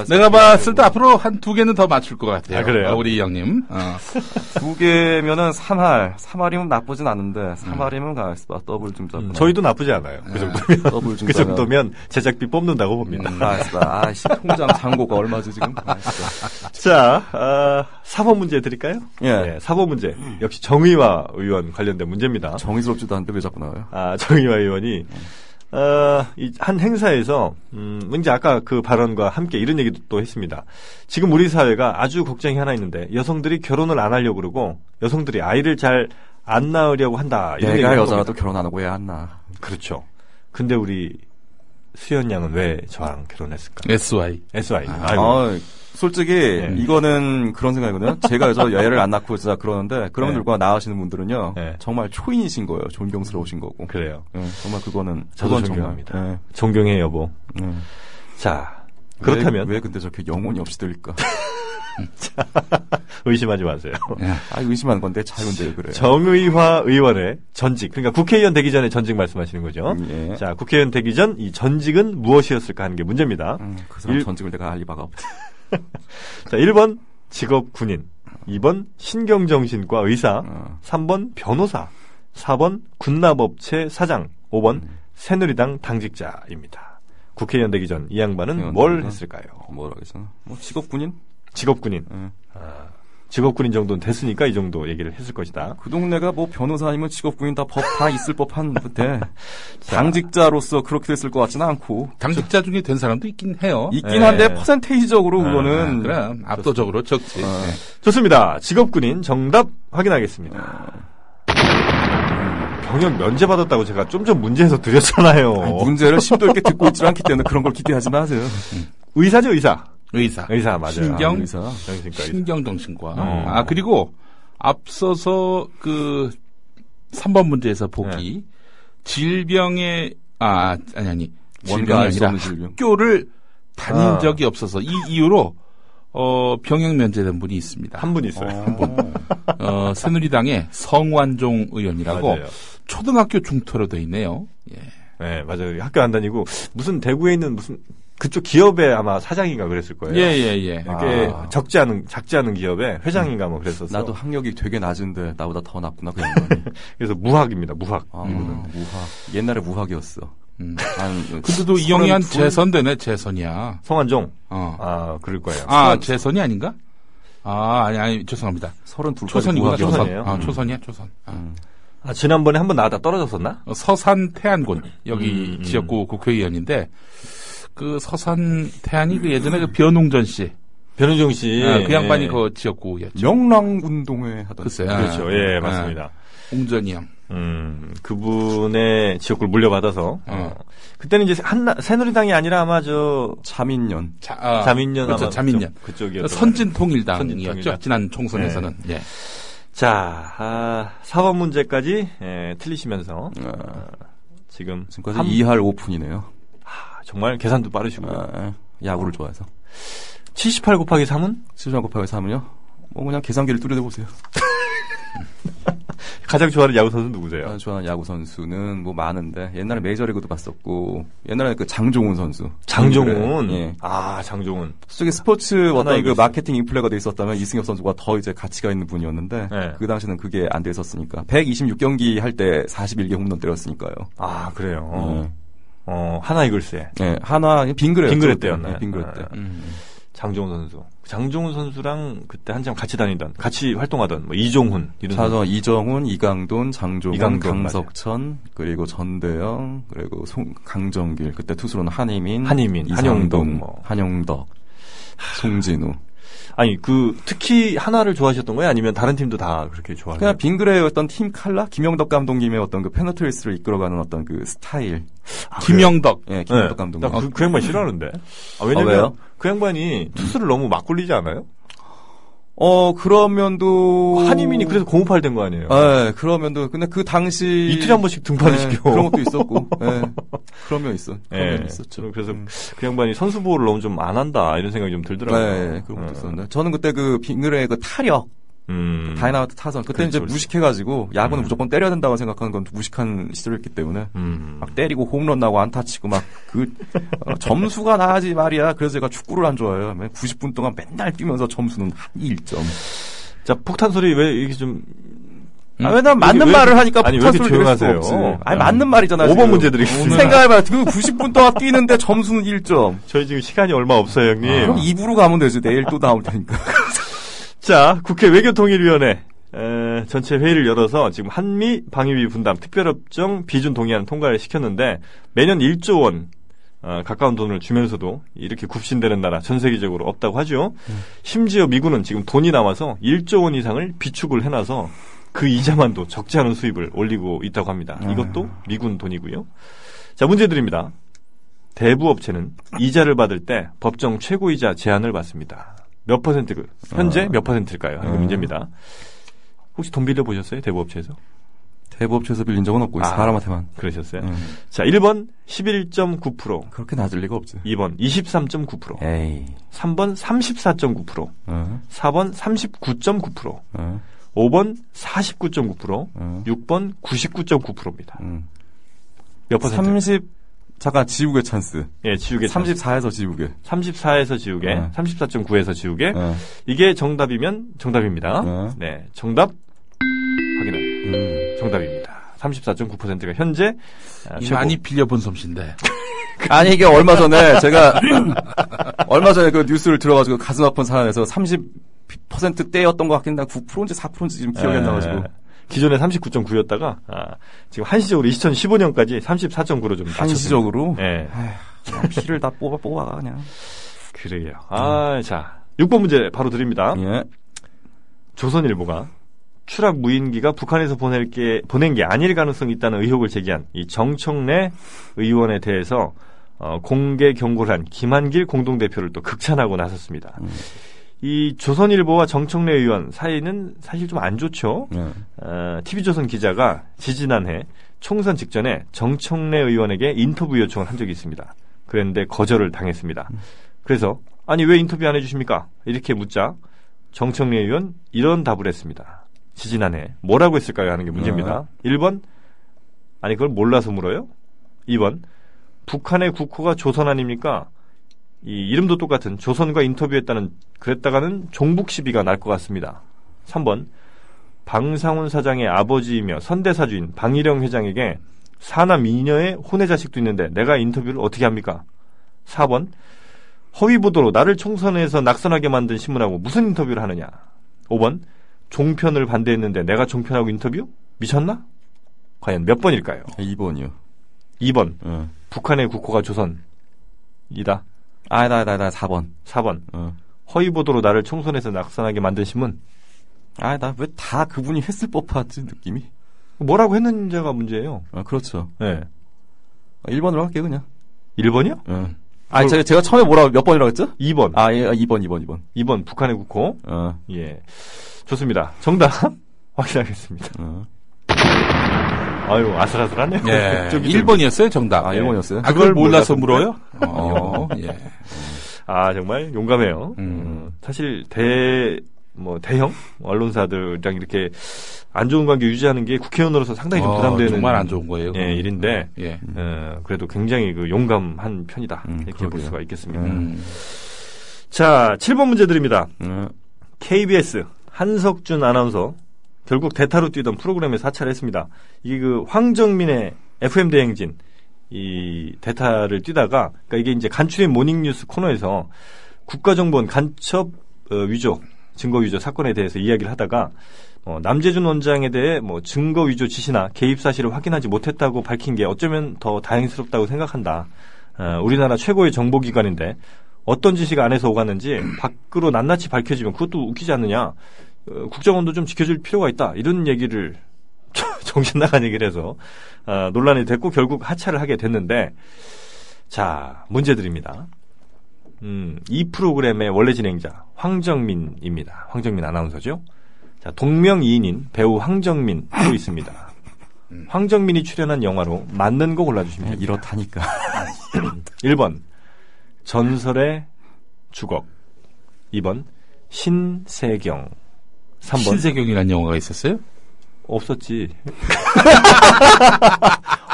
내가 봤을 때 앞으로 한 두 개는 더 맞출 것 같아요. 아, 그래요? 어, 우리 이 형님. 어. 두 개면은 3할. 3할이면 나쁘진 않은데, 3할이면 가했어. 더블 좀 잡고. 네. 음, 저희도 나쁘지 않아요. 그 정도면. 예. 더블 좀그 짜면. 정도면 제작비 뽑는다고 봅니다. 가했어. 아, 씨, 통장 잔고가 얼마죠, 지금? 가했어. 자, 아, 4번 문제 드릴까요? 예. 4번 문제. 역시 정의와 의원 관련된 문제입니다. 정의스럽지도 않은데 왜 자꾸 나와요? 아, 정의화 의원이 어, 이, 한 행사에서 음, 이제 아까 그 발언과 함께 이런 얘기도 또 했습니다. 지금 우리 사회가 아주 걱정이 하나 있는데 여성들이 결혼을 안 하려고 그러고 여성들이 아이를 잘 안 낳으려고 한다. 아, 이런 얘기를 내가 한 여자라도 겁니다. 결혼 안 하고 해야 한나. 그렇죠. 근데 우리 수현 양은 왜 저랑 결혼했을까? SY. SI. 아, 네. 아, 솔직히 이거는 그런 생각이거든요. 제가 여자 여애를 안 낳고 진짜 그러는데 그런 네. 결과 나으시는 분들은요. 네. 정말 초인이신 거예요. 존경스러우신 거고. 그래요. 예, 정말 그거는 저도 그건 존경합니다. 정말, 네, 존경해 여보. 예, 예. 자, 그렇다면 왜, 왜 근데 저렇게 영혼이 없이 들릴까? 의심하지 마세요. 아 의심하는 건데 자유인데 왜 그래요? 정의화 의원의 전직, 그러니까 국회의원 되기 전에 전직 말씀하시는 거죠. 예. 자, 국회의원 되기 전 이 전직은 무엇이었을까 하는 게 문제입니다. 음, 그 사람 일- 전직을 내가 알리바가 없지. 자, 1번 직업 군인, 2번 신경정신과 의사, 어. 3번 변호사, 4번 군납업체 사장, 5번 음. 새누리당 당직자입니다. 국회의원 되기 전 이 양반은 국회의원 뭘 되기 전? 했을까요? 뭐라 그러잖아. 뭐 직업군인? 직업 군인. 예. 직업군인 정도는 됐으니까 이 정도 얘기를 했을 것이다. 그 동네가 뭐 변호사님은 직업군인 다 법 다 있을 법한데 자, 당직자로서 그렇게 됐을 것 같지는 않고 당직자 중에 된 사람도 있긴 해요. 있긴 예. 한데 퍼센테이지적으로 그거는 아, 그럼 압도적으로 적지. 어. 네. 좋습니다. 직업군인 정답 확인하겠습니다. 병역 면제 받았다고 제가 좀 전 문제에서 드렸잖아요. 아니, 문제를 심도 있게 듣고 있지 않기 때문에 그런 걸 기대하지 마세요. 의사죠 의사. 의사. 의사 맞아요. 신경- 아, 의사. 정신과 의사. 신경정신과. 어. 아, 그리고 앞서서 그 3번 문제에서 네. 보기 질병의 아, 아니 아니. 뭔가 질병이 알수 아니라 없는 질병. 학교를 다닌 아. 적이 없어서 이 이유로 어, 병역 면제된 분이 있습니다. 한 분 있어요. 한 분. 어, 새누리당의 성완종 의원이라고 맞아요. 초등학교 중퇴로 돼 있네요. 예. 네, 맞아요. 학교 안 다니고 무슨 대구에 있는 무슨 그쪽 기업의 아마 사장인가 그랬을 거예요. 예, 예, 예. 이렇게 아. 적지 않은 작지 않은 기업의 회장인가 뭐 그랬었어. 나도 학력이 되게 낮은데 나보다 더 낮구나 그 양반이. 그래서 무학입니다. 무학. 아, 무학. 옛날에 무학이었어. 음. 한 근데도 이 형이 한 32? 재선되네, 재선이야. 성한종. 어. 아, 그럴 거예요. 아, 재선이 아닌가? 아, 아니, 아니, 죄송합니다. 32까지 초선이구나, 무학이었어. 초선이에요. 초선. 아, 음. 초선이야, 초선. 아. 아, 지난번에 한 번 나왔다 떨어졌었나? 어, 서산 태안군, 여기 음, 음. 지역구 국회의원인데, 그 서산 태안이 그 예전에 그 변웅전 씨, 변은종 씨. 아, 그 양반이 예. 그 지역구였죠. 명랑운동회 하던. 글쎄요. 그렇죠. 예, 맞습니다. 옹전이 형. 음, 그분의 지역구를 물려받아서. 어. 그때는 이제 한나, 새누리당이 아니라 아마 저 참인년. 자, 아, 자민련 그렇죠, 아마 자민련. 그쪽- 그쪽이었던 선진 통일당이었죠. 선진통일당. 네. 지난 총선에서는. 예. 자, 아, 4번 문제까지 예, 틀리시면서 아, 지금 지금까지 한- 2할 5푼이네요. 아. 예, 아, 정말 계산도 빠르시고 요 야구를 좋아해서. 78 곱하기 3은 7장 곱하기 3은요? 뭐 그냥 계산기를 뚜려대보세요. 가장 좋아하는 야구 선수 누구세요? 아, 좋아하는 야구 선수는 뭐 많은데 옛날에 메이저리그도 봤었고 옛날에 그 장종훈 선수. 장종훈. 예. 아, 장종훈. 솔직히 스포츠 하나 어떤 그 이겼어요. 마케팅 인플레가 돼 있었다면 이승엽 선수가 더 이제 가치가 있는 분이었는데 예. 그 당시는 그게 안 돼 있었으니까 126경기 할 때 41개 홈런 때렸으니까요. 아, 그래요. 예. 어, 하나 이글스의 예, 하나 빙그레 빙그레 때였나요? 아. 빙그레 때. 음. 장종훈 선수. 장종훈 선수랑 그때 한참 같이 다니던, 같이 활동하던 뭐 이종훈 이런 차서 선수. 이정훈, 이강돈, 장종훈, 이강돈, 강석천, 그리고 전대영, 그리고 송, 강정길. 그때 투수로는 한희민, 한희민, 한용동, 이상동, 뭐. 한용덕, 송진우. 아니 그 특히 하나를 좋아하셨던 거예요? 아니면 다른 팀도 다 그렇게 좋아하세요? 그냥 빙그레의 어떤 팀 칼라, 김영덕 감독님의 어떤 그 페너트리스를 이끌어가는 어떤 그 스타일. 아, 김영덕. 예, 김영덕 네. 감독님. 나그 그 양반 싫어하는데. 아, 아, 왜냐면 왜요? 그 양반이 투수를 너무 막 굴리지 않아요? 어, 그런 면도. 한이민이 그래서 공업할 된 거 아니에요? 예, 그런 면도. 근데 그 당시. 이틀에 한 번씩 등판을 예, 시켜. 그런 것도 있었고. 예. 그런 면 있어. 그런 예. 면 있었죠. 저는 그래서 음. 그 양반이 선수 보호를 너무 좀 안 한다 이런 생각이 좀 들더라고요. 네, 그런 것도 어. 있었는데. 저는 그때 그 빙그레의 그 타력, 음. 다이나마이트 타선. 그러니까 그때 그렇죠, 이제 그렇죠. 무식해가지고 음. 야구는 무조건 때려야 된다고 생각하는 건 무식한 시절이었기 때문에 음. 막 때리고 홈런 나고 안타 치고 막 그 점수가 나지 말이야. 그래서 제가 축구를 안 좋아해요. 90분 동안 맨날 뛰면서 점수는 한 1점. 자 폭탄 소리 왜 이렇게 좀 아, 왜냐면 왜 맞는 이렇게- 말을 하니까 아니, 왜 폭탄 이렇게 소리 들을 수가 조용하세요? 없지. 음. 아니 맞는 말이잖아요. 5번 지금. 문제 드리겠습니다. 생각해봐요. 그 90분 동안 뛰는데 점수는 1점. 저희 지금 시간이 얼마 없어요 형님. 그럼 2부로 가면 되지. 내일 또 나올 테니까. 자, 국회 외교통일위원회 에, 전체 회의를 열어서 지금 한미 방위비 분담 특별협정 비준 동의안 통과를 시켰는데 매년 1조 원 어, 가까운 돈을 주면서도 이렇게 굽신되는 나라 전 세계적으로 없다고 하죠. 심지어 미군은 지금 돈이 남아서 1조 원 이상을 비축을 해놔서 그 이자만도 적지 않은 수입을 올리고 있다고 합니다. 이것도 미군 돈이고요. 자, 문제 드립니다. 대부업체는 이자를 받을 때 법정 최고이자 제한을 받습니다. 몇 퍼센트, 그- 현재 몇 퍼센트일까요? 하는 게 음. 문제입니다. 혹시 돈 빌려보셨어요? 대부업체에서? 대부업체에서 빌린 적은 없고 아. 사람한테만. 그러셨어요? 음, 자, 1번 11.9%, 그렇게 낮을 리가 없지. 2번 23.9%, 에이. 3번 34.9%, 어, 4번 39.9%, 어, 5번 49.9%, 어. 6번 99.9%입니다. 음. 몇 퍼센트? 30 잠깐 지우개 찬스. 예, 지우개. 34에서 지우개. 34에서 지우개, 네. 34.9에서 지우개. 예. 이게 정답이면 정답입니다. 네. 네, 정답 확인해. 정답입니다. 34.9%가 현재 아, 이 최고. 많이 빌려본 솜씨인데. 아니 이게 그 얼마 전에 제가 얼마 전에 그 뉴스를 들어가지고 가슴 아픈 사안에서 30 6%대였던 것 같긴 한데 9%인지 4%인지 지금 기억이 안 나가지고. 예. 기존에 39.9였다가 아, 지금 한시적으로 2015년까지 34.9로 좀 낮췄습니다. 한시적으로 예. 그냥 피를 다 뽑아 뽑아 그냥. 그러게요. 아, 자. 6번 문제 바로 드립니다. 예. 조선일보가 추락 무인기가 북한에서 보낼 게, 보낸 게 아닐 가능성이 있다는 의혹을 제기한 이 정청래 의원에 대해서 어, 공개 경고를 한 김한길 공동대표를 또 극찬하고 나섰습니다. 음. 이 조선일보와 정청래 의원 사이는 사실 좀 안 좋죠. 예. 어, TV조선 기자가 지지난해 총선 직전에 정청래 의원에게 인터뷰 요청을 한 적이 있습니다. 그런데 거절을 당했습니다. 그래서 아니 왜 인터뷰 안 해주십니까? 이렇게 묻자 정청래 의원 이런 답을 했습니다. 지지난해 뭐라고 했을까요? 하는 게 문제입니다. 1번 아니 그걸 몰라서 물어요? 2번 북한의 국호가 조선 아닙니까? 이 이름도 똑같은 조선과 인터뷰했다는 그랬다가는 종북 시비가 날 것 같습니다. 3번 방상훈 사장의 아버지이며 선대사주인 방일영 회장에게 사남 이녀의 혼외 자식도 있는데 내가 인터뷰를 어떻게 합니까? 4번 허위 보도로 나를 총선에서 낙선하게 만든 신문하고 무슨 인터뷰를 하느냐? 5번 종편을 반대했는데 내가 종편하고 인터뷰? 미쳤나? 과연 몇 번일까요? 2번이요. 2번 예. 북한의 국호가 조선이다. 아, 나, 나, 나 4번. 4번 어. 허위 보도로 나를 총선에서 낙선하게 만든 신문. 아, 나 왜 다 그분이 했을 법하지, 느낌이? 뭐라고 했는지가 문제예요. 아, 그렇죠. 아, 예. 1번으로 할게요, 그냥. 1번이요? 그 예. 아, 제가, 제가 처음에 뭐라, 몇 번이라고 했죠? 2번. 아, 예, 2번, 2번, 2번. 2번 북한의 국호. 어, 예. 좋습니다. 정답 확인하겠습니다. 어. 아유, 아슬아슬하네요. 예. 저기, 저기. 1번이었어요, 정답. 아, 예. 1번이었어요? 아, 그걸 그걸 몰라서 몰라서 물어요? 어, 예. 아, 정말 용감해요. 음. 사실 대, 뭐, 대형? 언론사들이랑 이렇게 안 좋은 관계 유지하는 게 국회의원으로서 상당히 좀 어, 부담되는. 정말 안 좋은 거예요. 예, 일인데. 예. 어, 그래도 굉장히 그 용감한 편이다. 음, 이렇게 볼 그러게요. 수가 있겠습니다. 음. 자, 7번 문제 드립니다. 어. KBS 한석준 아나운서 결국 대타로 뛰던 프로그램에 사찰을 했습니다. 이게 그 황정민의 FM 대행진 이 대타를 뛰다가 그러니까 이게 이제 간추린 모닝뉴스 코너에서 국가정보원 간첩 어, 위조 증거 위조 사건에 대해서 이야기를 하다가 어, 남재준 원장에 대해 뭐 증거 위조 지시나 개입 사실을 확인하지 못했다고 밝힌 게 어쩌면 더 다행스럽다고 생각한다. 어, 우리나라 최고의 정보기관인데 어떤 지시가 안에서 오갔는지 밖으로 낱낱이 밝혀지면 그것도 웃기지 않느냐. 어, 국정원도 좀 지켜줄 필요가 있다. 이런 얘기를 정신 나간 얘기를 해서 아, 논란이 됐고 결국 하차를 하게 됐는데 자 문제 드립니다. 음, 이 프로그램의 원래 진행자 황정민입니다. 황정민 아나운서죠. 자 동명이인인 배우 황정민 또 있습니다. 황정민이 출연한 영화로 맞는 거 골라주시면 예, 됩니다. 이렇다니까. 1번 전설의 주걱 2번 신세경 3번 신세경이라는 영화가 있었어요? 없었지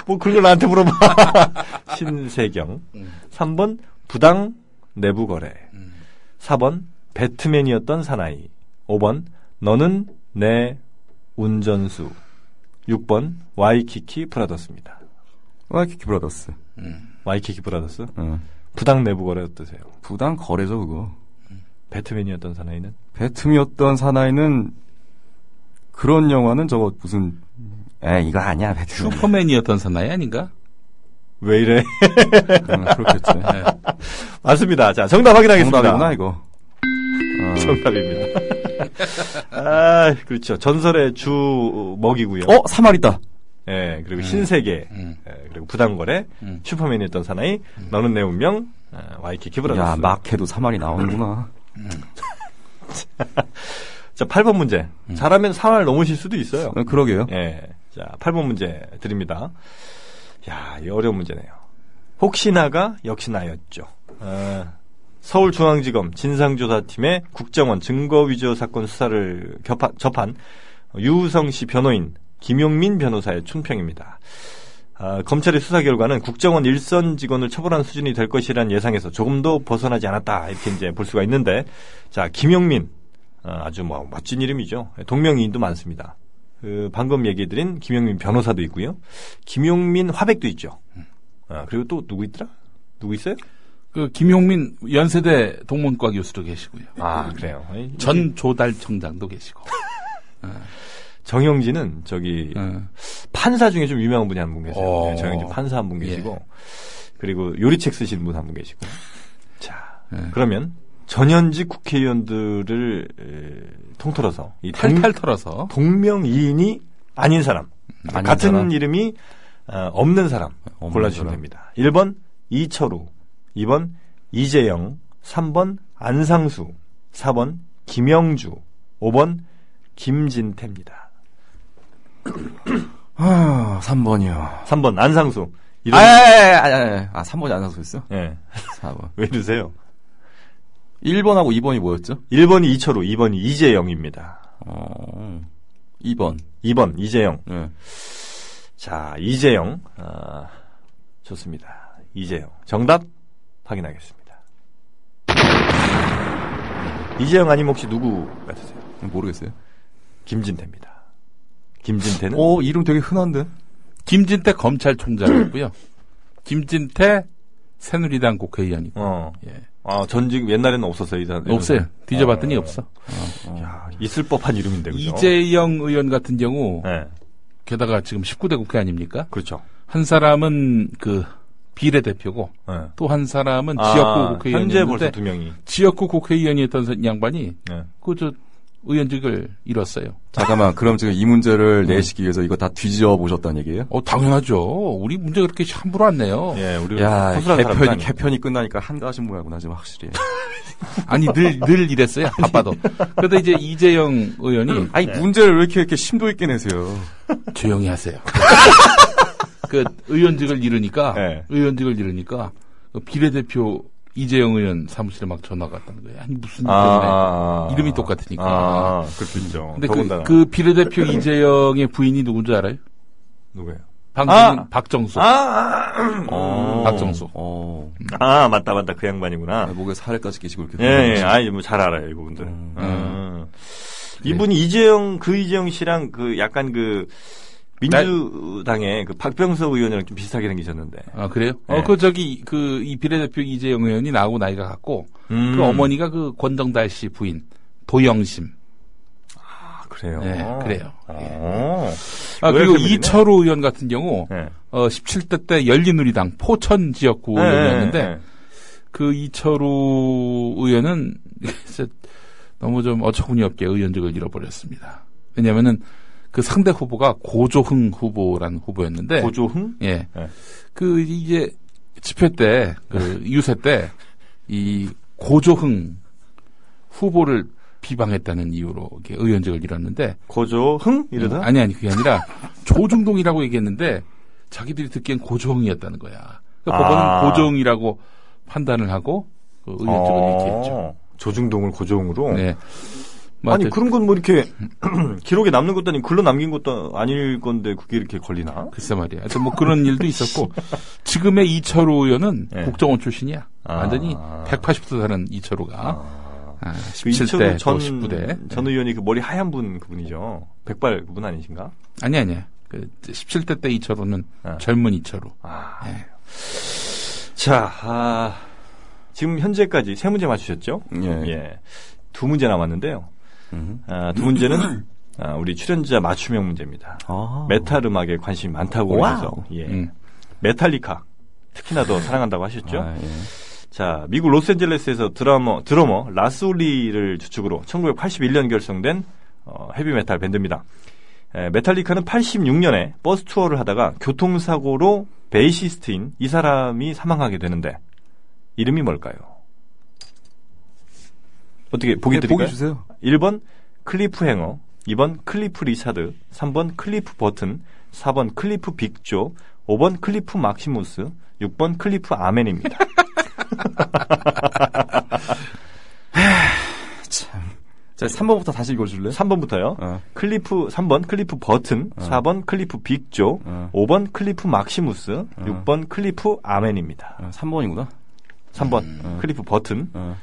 뭐 그런 걸 나한테 물어봐 신세경 3번 부당 내부거래 4번 배트맨이었던 사나이 5번 너는 내 운전수 6번 와이키키 브라더스입니다 와이키키 브라더스. 음. 와이키키 브라더스 어. 부당 내부거래 어떠세요? 부당 거래죠, 그거. 배트맨이었던 사나이는? 배트미였던 사나이는 그런 영화는 저거 무슨, 에, 이거 아니야, 배트미. 슈퍼맨이었던 사나이 아닌가? 왜 이래? 응, 음, 그렇겠지. 예. 맞습니다. 자, 정답 확인하겠습니다. 정답이구나, 이거. 어. 정답입니다. 아, 그렇죠. 전설의 주 먹이고요. 어, 3알 있다. 예, 그리고 신세계, 음. 예, 그리고 부당거래, 음. 슈퍼맨이었던 사나이, 너는 내 운명, 아, 와이키키 브라더스. 음. 야, 막 해도 3알이 나오는구나. 자, 8번 문제. 음. 잘하면 3할 넘으실 수도 있어요. 어, 그러게요. 예. 자, 8번 문제 드립니다. 야, 이 어려운 문제네요. 혹시나가 역시나였죠. 아, 서울중앙지검 진상조사팀의 국정원 증거위조 사건 수사를 겹한, 접한 유우성 씨 변호인 김용민 변호사의 춘평입니다. 아, 검찰의 수사 결과는 국정원 일선 직원을 처벌한 수준이 될 것이라는 예상에서 조금도 벗어나지 않았다 이렇게 이제 볼 수가 있는데 자 김용민 아, 아주 뭐 멋진 이름이죠 동명이인도 많습니다. 그 방금 얘기해드린 김용민 변호사도 있고요 김용민 화백도 있죠. 아, 그리고 또 누구 있더라? 누구 있어요? 그 김용민 연세대 동문과 교수도 계시고요. 아 그래요. 이- 전 조달청장도 계시고. 정영진은 저기 예. 판사 중에 좀 유명한 분이 한 분 계세요. 어. 네, 정영진 판사 한 분 예. 계시고 그리고 요리책 쓰신 분 한 분 계시고. 자 예. 그러면 전현직 국회의원들을 에, 통틀어서 이 동- 탈탈 털어서. 동명이인이 아닌 사람 음, 아닌 같은 사람. 이름이 어, 없는 사람 없는 골라주시면 사람. 됩니다. 1번 이철우, 2번 이재영, 3번 안상수, 4번 김영주, 5번 김진태입니다. 아, 3번이요. 3번 안상수. 아, 이름 아, 아, 아, 3번이 안 나서 그랬어? 예. 4번. 왜 이러세요? 1번하고 2번이 뭐였죠? 1번이 이철우, 2번이 이재영입니다. 어, 2번. 2번 이재영. 예. 자, 이재영. 아, 좋습니다. 이재영. 정답 확인하겠습니다. 이재영 아니면 혹시 누구 같으세요? 모르겠어요. 김진태입니다. 김진태는 어, 이름 되게 흔한데? 김진태 검찰총장이고요. 김진태 새누리당 국회의원이고. 어. 예. 아, 전직 옛날에는 없었어요, 이 사람. 없어요. 뒤져봤더니 어. 없어. 야, 있을 법한 이름인데 네, 그죠? 이재영 의원 같은 경우 예. 게다가 지금 19대 국회 아닙니까? 그렇죠. 한 사람은 그 비례대표고 예. 또 한 사람은 아, 지역구 국회의원인데 현재 벌써 두 명이. 지역구 국회의원이었던 양반이 예. 그 저 의원직을 잃었어요. 잠깐만, 그럼 지금 이 문제를 내시기 위해서 이거 다 뒤져 보셨다는 얘기예요? 어 당연하죠. 우리 문제 그렇게 함부로 안 내요. 예, 우리 야, 허술한 사람도 개편이, 아니고. 개편이 끝나니까 한가하신 모양이구나, 지금 확실히. 아니 늘 늘 이랬어요. 바빠도. 그런데 이제 이재영 의원이 아니, 문제를 왜 이렇게, 이렇게 심도 있게 내세요? 조용히 하세요. 그 의원직을 잃으니까 예. 의원직을 잃으니까 그 비례대표 이재영 의원 사무실에 막 전화가 왔다는 거예요. 아니 무슨 일 때문에 아, 이름이 똑같으니까. 아, 그렇겠죠. 근데 그, 더군다나. 그 비례대표 이재영의 부인이 누군지 알아요? 누구예요? 방금 박정수. 아, 아, 음. 어. 박정수. 아, 어, 아, 아, 맞다, 맞다. 그 양반이구나. 목에 살까지 끼시고 그 이렇게. 예, 예. 아이, 뭐, 잘 알아요, 이분들. 음. 아. 네. 이분이 이재영, 그 이재영 씨랑 그 약간 그 민주당의 그 박병석 의원이랑 좀 비슷하게 생기셨는데. 아 그래요? 네. 어그 저기 그 이 비례대표 이재영 의원이 나하고 나이가 같고 음. 그 어머니가 그 권정달 씨 부인 도영심. 아, 그래요. 네, 그래요. 어. 아 왜 그리고 이렇게 밀리네? 이철우 의원 같은 경우 예. 어 17대 때 열린우리당 포천 지역구 예, 의원이었는데 예, 예. 그 이철우 의원은 진짜 너무 좀 어처구니 없게 의원직을 잃어버렸습니다. 왜냐면은 그 상대 후보가 고조흥 후보라는 후보였는데 고조흥? 예. 네. 그 이제 집회 때, 그 유세 때 이 고조흥 후보를 비방했다는 이유로 이렇게 의원직을 잃었는데 고조흥? 이러다? 음, 아니 아니 그게 아니라 조중동이라고 얘기했는데 자기들이 듣기엔 고조흥이었다는 거야. 그러니까 아. 법원은 고조흥이라고 판단을 하고 그 의원직을 잃게 했죠. 어, 조중동을 고조흥으로? 네. 뭐 아니, 하여튼 그런 건 뭐 이렇게 기록에 남는 것도 아니고 글로 남긴 것도 아닐 건데 그게 이렇게 걸리나? 글쎄 말이야. 하여튼 뭐 그런 일도 있었고 지금의 이철호 의원은 네. 국정원 출신이야. 아. 완전히 180도 다른 이철호가. 아, 그 이철우 17대 전, 또 19대. 네. 네. 전 의원이 그 머리 하얀 분 그분이죠. 백발 그분 아니신가? 아니 아니야. 그 17대 때 이철호는 아. 젊은 이철호. 아. 네. 자, 아, 지금 현재까지 세 문제 맞추셨죠? 예. 예. 두 문제 남았는데요. 음. 아, 두 문제는 아, 우리 출연자 맞춤형 문제입니다. 아. 메탈 음악에 관심이 많다고 와우. 해서 예. 음. 메탈리카 특히나 더 사랑한다고 하셨죠? 아, 예. 자, 미국 로스앤젤레스에서 드러머, 드러머 라스올리를 주축으로 1981년 결성된 어, 헤비메탈 밴드입니다. 에, 메탈리카는 86년에 버스 투어를 하다가 교통사고로 베이시스트인 이 사람이 사망하게 되는데 이름이 뭘까요? 어떻게 네, 보기 예, 드릴까요? 보기 주세요. 1번 클리프 행어, 2번 클리프 리차드, 3번 클리프 버튼, 4번 클리프 빅조, 5번 클리프 막시무스, 6번 클리프 아멘입니다. 자, 3번부터 다시 읽어줄래? 3번부터요. 어. 클리프 3번 클리프 버튼, 어. 4번 클리프 빅조, 어. 5번 클리프 막시무스, 어. 6번 클리프 아멘입니다. 3번이구나. 3번 음. 클리프 버튼. 어.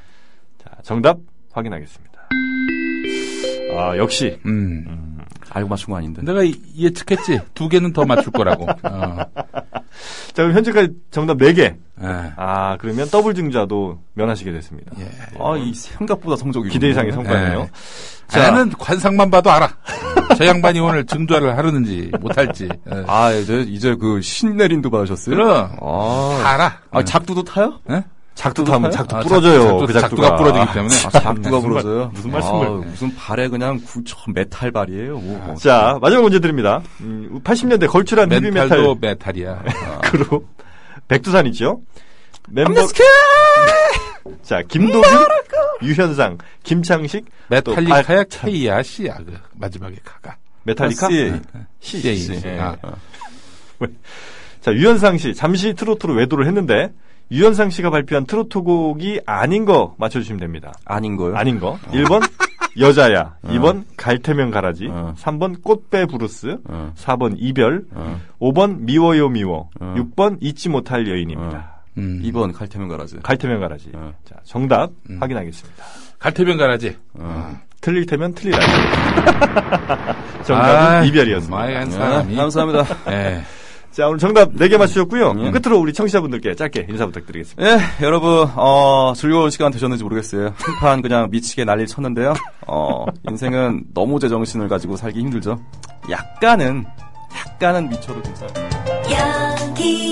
자, 정답 확인하겠습니다. 아, 역시 음. 알고 맞춘 거 아닌데. 내가 이- 예측했지. 두 개는 더 맞출 거라고. 어. 자, 그럼 현재까지 정답 4개. 예. 아, 그러면 더블 증자도 면하시게 됐습니다. 어, 예. 아, 이 생각보다 성적이 기대 이상의 성과네요. 예. 자. 나는 관상만 봐도 알아. 저 양반이 오늘 증조를 하려는지 못할지. 예. 아, 이제 이제 그 신내린도 받으셨어요? 그럼. 아, 다 알아. 아 작두도 타요? 예? 작두 타면 작두 아, 아, 부러져요. 작두, 그 작두가. 작두가 부러지기 때문에. 아, 작두가 부러져요. 네, 무슨 말씀을. 아유, 무슨 발에 그냥 구천 메탈 발이에요. 뭐. 자, 마지막 문제 드립니다. 음, 80년대 걸출한 멘탈도 헤비메탈 메탈이야. 어. 그룹 백두산 있죠? 멤버 자, 김도균, 유현상, 김창식, 또 메탈리카야 발- K야 C야 그 마지막에 가가. 메탈리카. 네, 씨. 씨. 예, 씨. 예. 아, 자, 유현상 씨 잠시 트로트로 외도를 했는데 유현상 씨가 발표한 트로트 곡이 아닌 거 맞춰 주시면 됩니다. 아닌 거요? 아닌 거. 1번 여자야. 2번 갈태면 가라지. 어. 3번 꽃배 부르스. 어. 4번 이별. 어. 5번 미워요 미워. 어. 6번 잊지 못할 여인입니다. 음. 2번 칼테면 가라지. 갈태면 가라지. 어. 자, 정답 확인하겠습니다. 갈태변 가라지. 어. 아, 예, 틀릴 테면 틀리라. 정답은 이별이었습니다. 아, 마이한 예, 사람이. 감사합니다. 예. 자, 오늘 정답 4개 맞추셨고요. 예. 끝으로 우리 청취자분들께 짧게 인사 부탁드리겠습니다. 예, 여러분, 어, 즐거운 시간 되셨는지 모르겠어요. 한판 그냥 미치게 난리를 쳤는데요. 어, 인생은 너무 제정신을 가지고 살기 힘들죠. 약간은, 약간은 미쳐도 괜찮아요. 여기